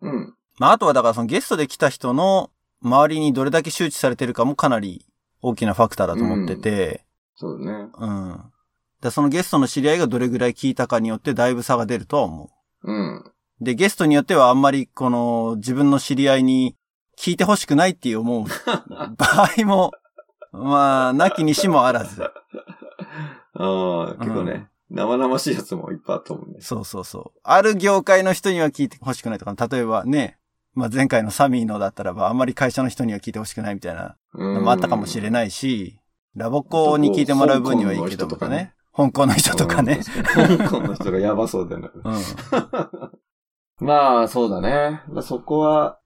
うん。
まああとはだからそのゲストで来た人の周りにどれだけ周知されてるかもかなり大きなファクターだと思ってて、
そうだね。
うん。だからそのゲストの知り合いがどれぐらい聞いたかによってだいぶ差が出るとは思
う
う。
ん。
で、ゲストによってはあんまりこの自分の知り合いに聞いてほしくないっていう 思う場合も、まあ、なきにしもあらず。
ああ、結構ね、生々しいやつもいっぱいあったもんね。
そうそうそう。ある業界の人には聞いてほしくないとか、例えばね、まあ前回のサミーのだったらば、あんまり会社の人には聞いてほしくないみたいな
う
の
ん。
もあったかもしれないし、ラボコに聞いてもらう分にはいいけどもね。香港の人とかね。
うん。香港の人がやばそうだよね。
うん。
まあ、そうだね。まあ、そこは、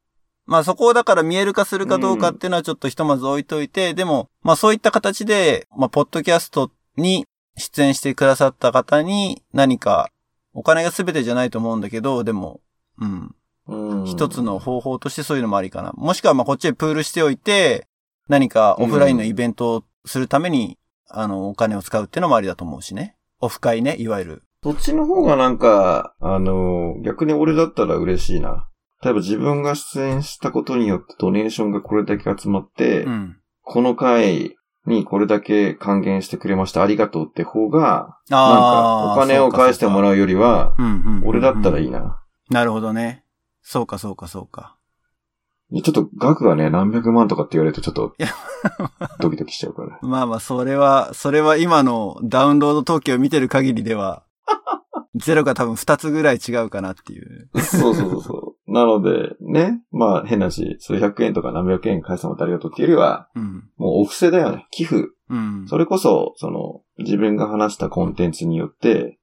まあそこをだから見える化するかどうかっていうのはちょっとひとまず置いといて、でも、まあそういった形で、まあポッドキャストに出演してくださった方に何か、お金が全てじゃないと思うんだけど、でも、うん。
うん
一つの方法としてそういうのもありかな。もしくはまあこっちでプールしておいて、何かオフラインのイベントをするために、あの、お金を使うっていうのもありだと思うしね。オフ会ね、いわゆる。
そっちの方がなんか、あの、逆に俺だったら嬉しいな。例えば自分が出演したことによってドネーションがこれだけ集まって、
うん。
この回にこれだけ還元してくれました。ありがとうって方が、なん
あ
か
あ。
お金を返してもら
う
うよりは、
か。うんうんうんうん。
俺だったらいいな。
なるほどね。そうかそうかそうか。
ちょっと額がね、何百万とかって言われるとちょっと
いや、
ドキドキしちゃうからね。
まあまあ、それは、それは今のダウンロード統計を見てる限りでは、ゼロが多分2つぐらい違うかなっていう。
そうそうそうそう。なので、ね、まあ変なし、数百円とか何百円返してもらってありがとうっていうよりは、
うん。
もうお布施だよね。寄付。
うん。
それこそ、その、自分が話したコンテンツによって、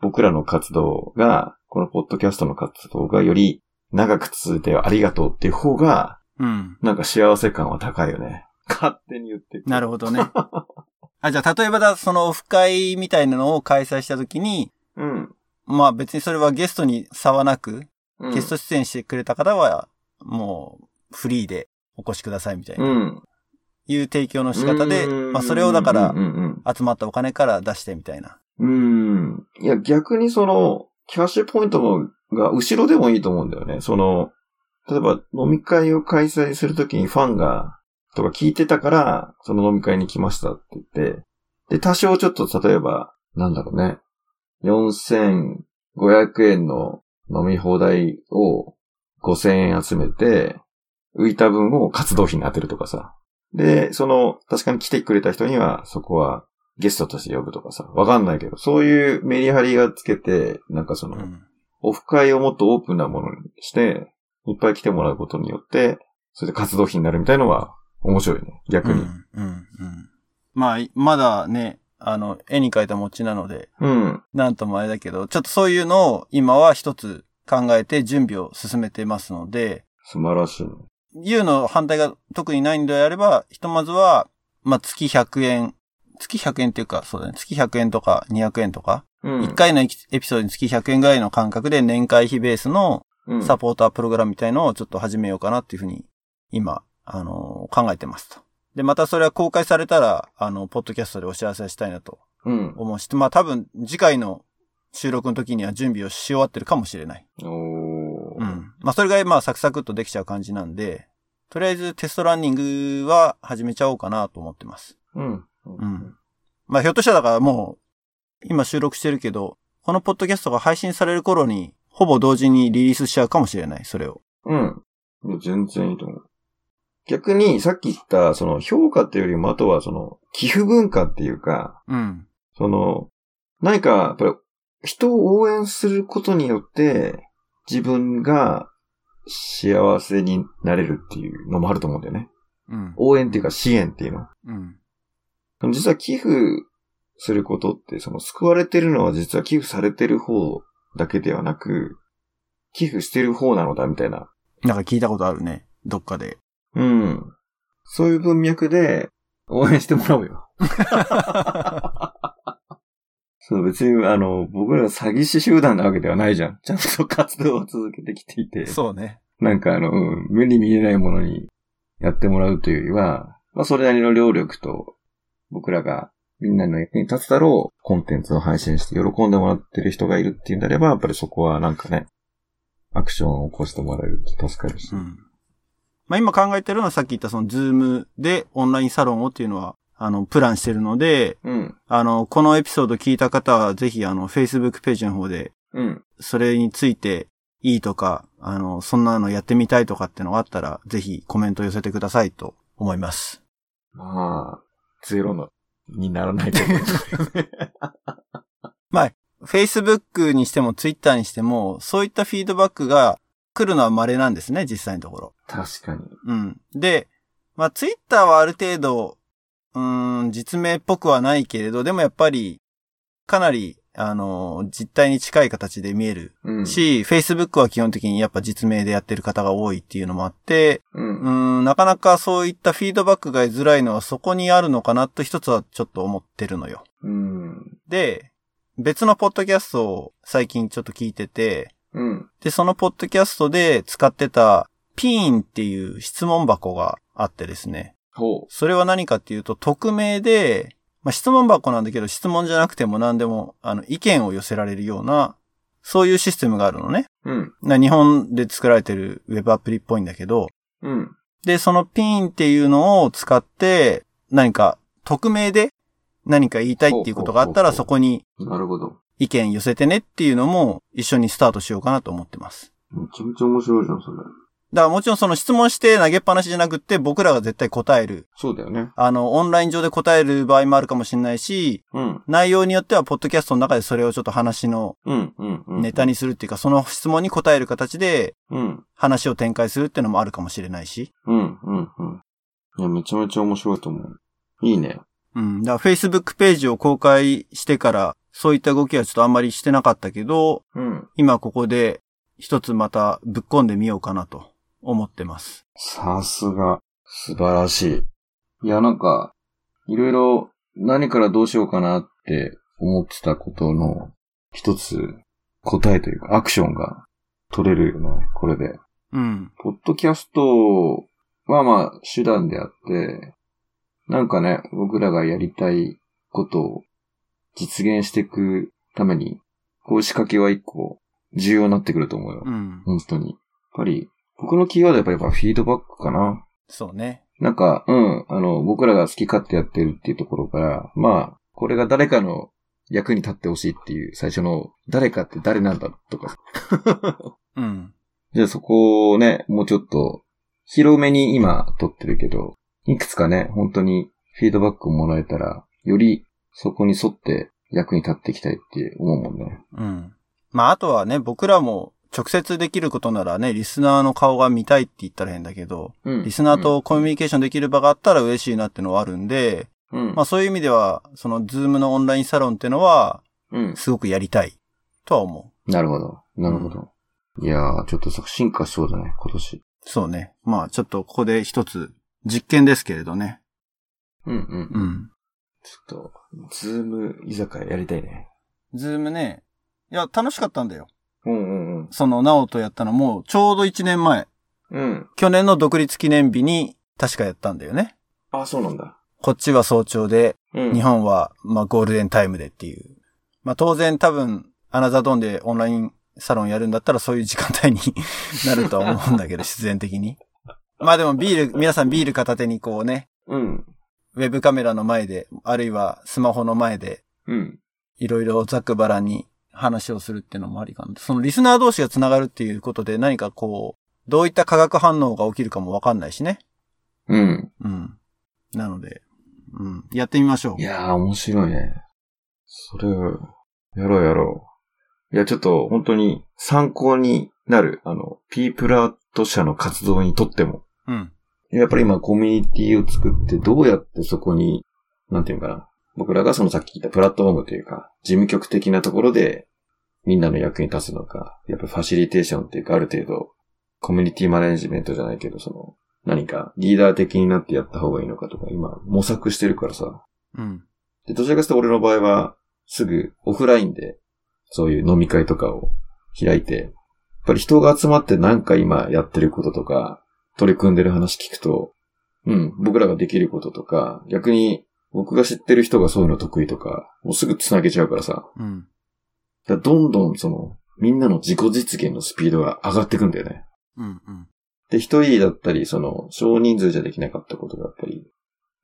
僕らの活動が、このポッドキャストの活動がより長く続いてありがとうっていう方が、
うん。
なんか幸せ感は高いよね。勝手に言って
な
る
るほどね。あ、じゃあ、例えばだ、そのオフ会みたいなのを開催したときに、
うん。
まあ別にそれはゲストに差はなく、
うん
ゲスト出演してくれた方は、もう、フリーでお越しくださいみたいな、
うん。
いう提供の仕方で、
うん
まあそれをだか
う
ら
ん、うんうん
集まったお金から出してみたいな。
うーん。いや、逆にその、キャッシュポイントもが後ろでもいいと思うんだよね。その、例えば飲み会を開催するときにファンが、とか聞いてたから、その飲み会に来ましたって言って、で、多少ちょっと例えば、なんだろうね、4500円の飲み放題を5000円集めて、浮いた分を活動費に当てるとかさ。で、その、確かに来てくれた人には、そこはゲストとして呼ぶとかさ、わかんないけど、そういうメリハリがつけて、なんかその、
うん。
オフ会をもっとオープンなものにして、いっぱい来てもらうことによって、それで活動費になるみたいのは面白いね。逆
う
に。
ん、うん、うん。まあ、いまだね、あの、絵に描いた餅なので、
うん。
なんともあれだけど、ちょっとそういうのを今は一つ考えて準備を進めてますので、
素晴らしいね。
U の反対が特にないんであれば、ひとまずは、まあ、月100円、月100円っていうか、そうだね、月100円とか200円とか、
うん。
一1回のエキエピソードに月100円ぐらいの感覚で年会費ベースの
うん、
サポータープログラムみたいのをちょっと始めようかなっていうふうに、今、あのー考えてますと。で、またそれは公開されたら、あの、ポッドキャストでお知らせしたいなと
うん。
思うし、まあ多分次回の収録の時には準備をし終わってるかもしれない。
おー。
うん。まあそれがまあサクサクっとできちゃう感じなんで、とりあえずテストランニングは始めちゃおうかなと思ってます。
うん。
うん。まあひょっとしたらだからもう、今収録してるけど、このポッドキャストが配信される頃に、ほぼ同時にリリースしちゃうかもしれない、それを。
うん。いや全然いいと思う。逆に、さっき言った、その、評価っていうよりも、あとは、その、寄付文化っていうか、
うん。
その、何か、やっぱり、人を応援することによって、自分が幸せになれるっていうのもあると思うんだよね。
うん。
応援っていうか、支援っていうの。
うん。
その実は寄付することって、その救われてるのは実は寄付されてる方だけではなく、寄付してる方なのだみたいな。
なんか聞いたことあるね。どっかで。
うん。そういう文脈で応援してもらおうよ。 そう、別に、あの、僕ら詐欺師集団なわけではないじゃん。ちゃんと活動を続けてきていて。
そうね。
なんかあの、うん、目に見えないものにやってもらうというよりは、まあそれなりの労力と、僕らがみんなの役に立つだろうコンテンツを配信して喜んでもらってる人がいるっていうんであれば、やっぱりそこはなんかね、アクションを起こしてもらえると助かるし。
うん。まあ今考えてるのはさっき言ったそのズームでオンラインサロンをっていうのは、あの、プランしてるので、
うん。
あの、このエピソード聞いた方はぜひあの、Facebook ページの方で、
うん。
それについていいとか、あの、そんなのやってみたいとかってのがあったら、ぜひコメント寄せてくださいと思います。
まあ、ゼロの、にならないことですね。
Facebook にしても Twitter にしても、そういったフィードバックが来るのは稀なんですね、実際のところ。
確かに。
うん。で、まあ、ツイッターはある程度、うーん、実名っぽくはないけれど、でもやっぱり、かなり、あの、実態に近い形で見える
うん。
し、Facebook は基本的にやっぱ実名でやってる方が多いっていうのもあって、
うん
う。ーん、なかなかそういったフィードバックが得づらいのはそこにあるのかなと一つはちょっと思ってるのよ。
うん。
で、別のポッドキャストを最近ちょっと聞いてて、
うん。
で、そのポッドキャストで使ってたピーンっていう質問箱があってですね。
ほ
それは何かっていうと、匿名で、まあ、質問箱なんだけど、質問じゃなくても何でも、あの、意見を寄せられるような、そういうシステムがあるのね。
う。うん。
な日本で作られてるウェブアプリっぽいんだけど、
うん。
で、そのピーンっていうのを使って、何か、匿名で何か言いたいっていうことがあった
ほ
ら、
うほ
そうこに
なるほど。
意見寄せてねっていうのも一緒にスタートしようかなと思ってます。
めちゃめちゃ面白いじゃん、それ。
だからもちろんその質問して投げっぱなしじゃなくって僕らが絶対答える。
そうだよね。
あの、オンライン上で答える場合もあるかもしれないし、
うん。
内容によってはポッドキャストの中でそれをちょっと話の
うん、うん、うん。
ネタにするっていうか、その質問に答える形で
うん。
話を展開するっていうのもあるかもしれないし。
うん、うん、うん。いや、めちゃめちゃ面白いと思う。いいね。
うん。だから Facebook ページを公開してから、そういった動きはちょっとあんまりしてなかったけど、
うん。
今ここで一つまたぶっ込んでみようかなと思ってます。
さすが。素晴らしい。いや、なんか、いろいろ何からどうしようかなって思ってたことの一つ答えというかアクションが取れるよね、これで。
うん。
ポッドキャストはまあ手段であって、なんかね、僕らがやりたいことを実現していくために、こういう仕掛けは一個重要になってくると思うよ。
うん。
本当に。やっぱり、僕のキーワードはやっぱりやっぱフィードバックかな。
そうね。
なんか、うん、あの、僕らが好き勝手やってるっていうところから、まあ、これが誰かの役に立ってほしいっていう最初の、誰かって誰なんだとか
うん。
じゃあそこをね、もうちょっと、広めに今撮ってるけど、いくつかね、本当にフィードバックをもらえたら、よりそこに沿って役に立っていきたいって思うもんね。
うん。まあ、あとはね、僕らも直接できることならね、リスナーの顔が見たいって言ったら変だけど、
うん
リスナーとコミュニケーションできる場があったら嬉しいなってのはあるんで、
うん。
まあそういう意味では、そのズームのオンラインサロンってのは、
うん。
すごくやりたいとは思う。
なるほど。なるほど。いやー、ちょっと進化しそうだね、今年。
そうね。まあちょっとここで一つ実験ですけれどね。
うんうん。
うん。
ちょっと、ズーム居酒屋やりたいね。
ズームね。いや、楽しかったんだよ。
うんうんうん。
その、ナオとやったのも、ちょうど1年前。
うん。
去年の独立記念日に、確かやったんだよね。
あ、そうなんだ。
こっちは早朝で、
うん。
日。本は、まあ、ゴールデンタイムでっていう。まあ、当然多分、アナザードーンでオンラインサロンやるんだったらそういう時間帯に なるとは思う んだけど、必然的に。まあでもビール、皆さんビール片手にこうね、
うん。
ウェブカメラの前で、あるいはスマホの前で、
うん。
いろいろざっくばらんに話をするっていうのもありかな。そのリスナー同士がつながるっていうことで何かこう、どういった化学反応が起きるかもわかんないしね。
うん。
うん。なので、うん。やってみましょ
いやー、面白いね。それ、やろうやろう。いや、ちょっと、本当に、参考になる、あの、P プラット社の活動にとっても。
う。うん。
やっぱり今、コミュニティを作って、どうやってそこに、なんていうのかな。僕らがそのさっき言ったプラットフォームというか、事務局的なところで、みんなの役に立つのか、やっぱファシリテーションっていうか、ある程度、コミュニティマネジメントじゃないけど、その、何かリーダー的になってやった方がいいのかとか、今、模索してるからさ。
うん。
で、どちらかというと俺の場合は、すぐオフラインで、そういう飲み会とかを開いて、やっぱり人が集まってなんか今やってることとか、取り組んでる話聞くと、うん、僕らができることとか、逆に僕が知ってる人がそういうの得意とか、もうすぐ繋げちゃうからさ、
うん。
だからどんどんその、みんなの自己実現のスピードが上がってくんだよね。
うん。うん。
で、一人だったり、その、少人数じゃできなかったことが、やっぱり、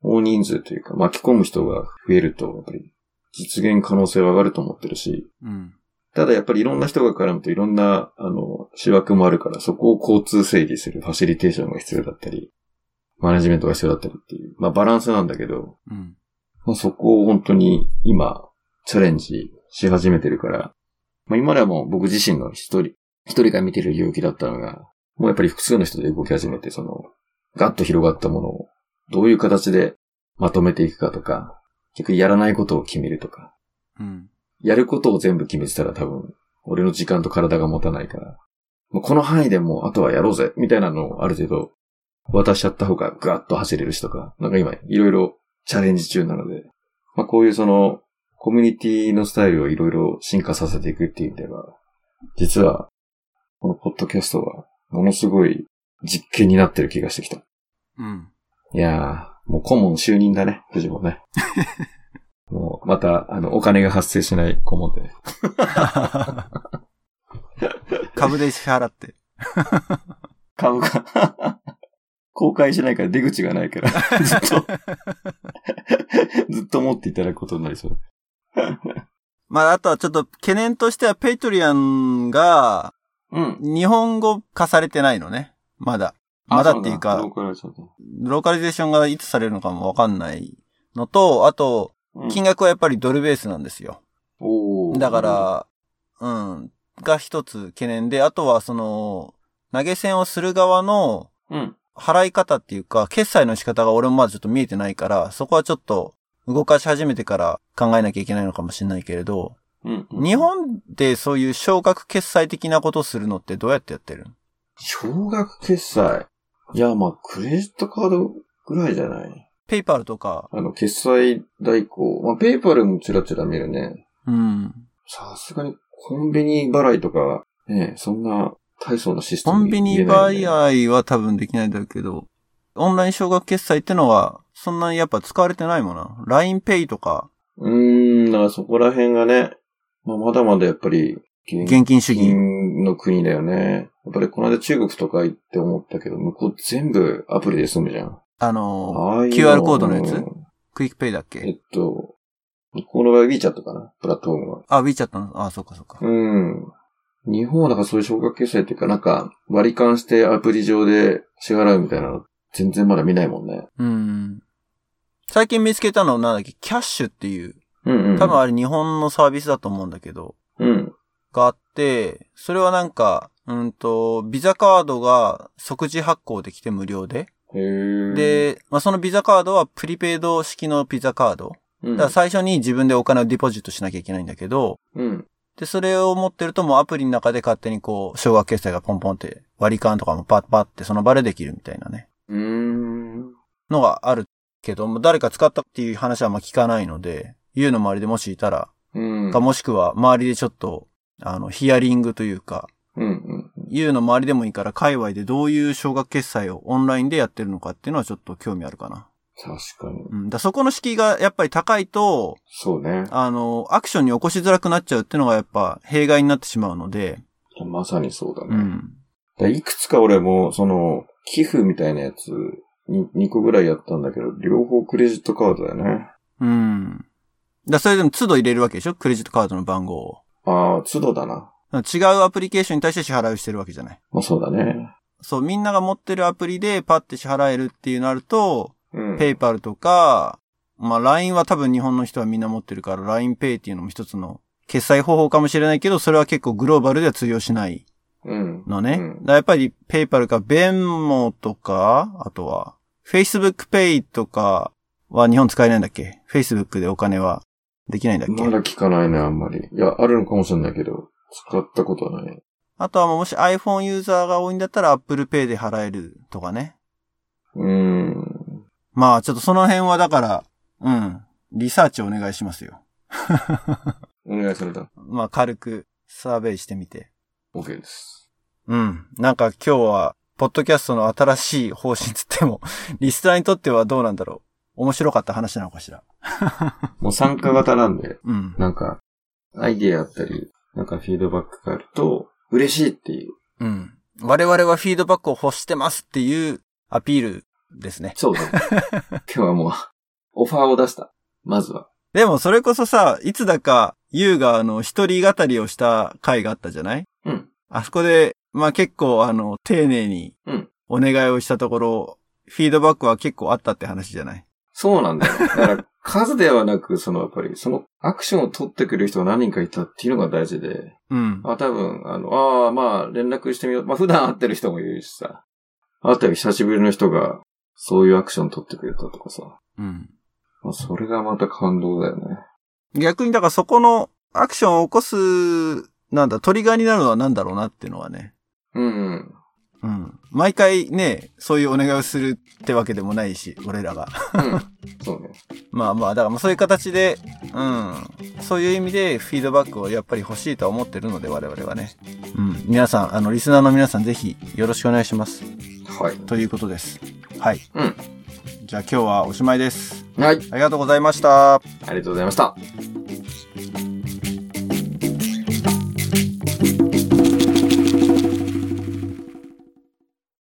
大人数というか、巻き込む人が増えると、やっぱり、実現可能性は上がると思ってるし、
うん。
ただやっぱりいろんな人が絡むといろんな、あの、主役もあるから、そこを交通整理するファシリテーションが必要だったり、マネジメントが必要だったりっていう、まあバランスなんだけど、
うん。
まあ、そこを本当に今、チャレンジし始めてるから、まあ、今ではもう僕自身の一人、一人が見てる領域だったのが、もうやっぱり複数の人で動き始めて、その、ガッと広がったものを、どういう形でまとめていくかとか、逆にやらないことを決めるとか、
うん。
やることを全部決めてたら多分、俺の時間と体が持たないから、もうこの範囲でもう、あとはやろうぜ、みたいなのをある程度、渡しちゃった方がガッと走れるしとか、なんか今、いろいろチャレンジ中なので、まあこういうその、コミュニティのスタイルをいろいろ進化させていくっていう意味では、実は、このポッドキャストは、ものすごい実験になってる気がしてきた。
うん。
いやー、もう顧問就任だね、藤もね。もう、また、あの、お金が発生しない顧問で。
株で支払って。
株が公開しないから出口がない から、ずっと、ずっと持っていただくことになりそう。
まあ、あとはちょっと懸念としては、ペイトリアンが、
うん。
日本語化されてないのね。まだ。まだっていうか
ローカルちょっと
ローカリゼーションがいつされるのかもわかんないのと、あと、
うん
金額はやっぱりドルベースなんですよ。
おー
だか、ら、うん、が一つ懸念で、あとはその、投げ銭をする側の
うん。
払い方っていうか、決済の仕方が俺もまだちょっと見えてないから、そこはちょっと動かし始めてから考えなきゃいけないのかもしれないけれど、
うん。
日本でそういう少額決済的なことするのってどうやってやってるの
少額決済。いや、まあ、クレジットカードぐらいじゃない。
ペイパルとか、
あの、決済代行。まあ、ペイパルもチラチラ見るね。
うん。
さすがに、コンビニ払いとか、ね、そんな大層なシステム
コンビニ
バ
売買は多分できないんだけど、オンライン少額決済ってのは、そんなにやっぱ使われてないもんな。LINEPay とか、
うーん、だからそこら辺がね、まあ、まだまだやっぱり、現
現金主義。
金の国だよね。やっぱりこの間中国とか行って思ったけど、向こう全部アプリで済むじゃん。
あの
ああいう
QR コードのやつ
うん
クイックペイだっ
え
け
っと、向こうの場合 WeChat かな、プラットフォームは。
あ、WeChat の、あ、そっかそっか。
うん。日本はなんかそういう小学決済っていうか、なんか割り勘してアプリ上で支払うみたいなの、全然まだ見ないもんね。
うん。最近見つけたのなんだっけ、キャッシュっていう。
うんうん。
多分あれ日本のサービスだと思うんだけど、
うん。
があって、それはなんか、うんと、ビザカードが即時発行できて無料で。
へー、
で、まあ、そのビザカードはプリペイド式のビザカード。
うん、
だから最初に自分でお金をディポジットしなきゃいけないんだけど、
うん。
で、それを持ってるともうアプリの中で勝手にこう、小額決済がポンポンって割り勘とかもパッパッってその場でできるみたいなね、
うーん。
のがあるけども、誰か使ったっていう話はあんま聞かないので、言うの周りでもしいたら、
うん。
かもしくは周りでちょっと、あの、ヒアリングというか、
うんうん。
言うの周りでもいいから、界隈でどういう小額決済をオンラインでやってるのかっていうのはちょっと興味あるかな。
確かに。
うん。だそこの敷居がやっぱり高いと、
そうね。
あの、アクションに起こしづらくなっちゃうっていうのがやっぱ弊害になってしまうので、
まさにそうだね。
うん。
だいくつか俺も、その、寄付みたいなやつ、に、2個ぐらいやったんだけど、両方クレジットカードだよね。
うん。だそれでも都度入れるわけでしょクレジットカードの番号を。
ああ、都度だな。
違うアプリケーションに対して支払いをしてるわけじゃない。
まあそうだね。
そう、みんなが持ってるアプリでパッて支払えるっていうなると、
うん。
ペイパルとか、まあ LINE は多分日本の人はみんな持ってるから LINEPay っていうのも一つの決済方法かもしれないけど、それは結構グローバルでは通用しない
うん。
のね。
うん
だからやっぱり PayPal か Venmo とか、あとは FacebookPay とかは日本使えないんだっけ ?Facebook でお金はできないんだっけ、
まだ聞かないね、あんまり。いや、あるのかもしれないけど、使ったことはない。
あとはもし iPhone ユーザーが多いんだったら Apple Pay で払えるとかね。
うーん。
まあちょっとその辺はだから、うん、リサーチお願いしますよ。
お願いされた。
まあ軽くサーベイしてみて。
OK です。
うん。なんか今日は、ポッドキャストの新しい方針つっても、 リストラにとってはどうなんだろう。面白かった話なのかしら。
もう参加型なんで、
うん。
なんか、アイディアあったり、なんかフィードバックがあると、嬉しいっていう。
うん。我々はフィードバックを欲してますっていうアピールですね。
そうだね。今日はもう、オファーを出した。まずは。
でもそれこそさ、いつだか、ユーがあの、一人語りをした回があったじゃない
うん。
あそこで、まあ結構あの、丁寧に
うん、
お願いをしたところ、フィードバックは結構あったって話じゃない
そうなんだよ。だから、数ではなく、その、やっぱり、その、アクションを取ってくれる人が何人かいたっていうのが大事で、
うん。
あ、多分、あの、ああ、まあ、連絡してみよう。まあ、普段会ってる人もいるしさ。会ったり久しぶりの人が、そういうアクション取ってくれたとかさ。
うん。
まあ、それがまた感動だよね。
逆にだからそこのアクションを起こす、なんだ、トリガーになるのは何だろうなっていうのはね。
うん、うん。
うん。毎回ね、そういうお願いをするってわけでもないし、俺らが。
そうね。
まあまあ、だからまあそういう形で、うん。そういう意味でフィードバックをやっぱり欲しいとは思ってるので我々はね。うん。皆さん、あの、リスナーの皆さんぜひよろしくお願いします。
はい。
ということです。はい。
うん。
じゃあ今日はおしまいです。
はい。
ありがとうございました。
ありがとうございました。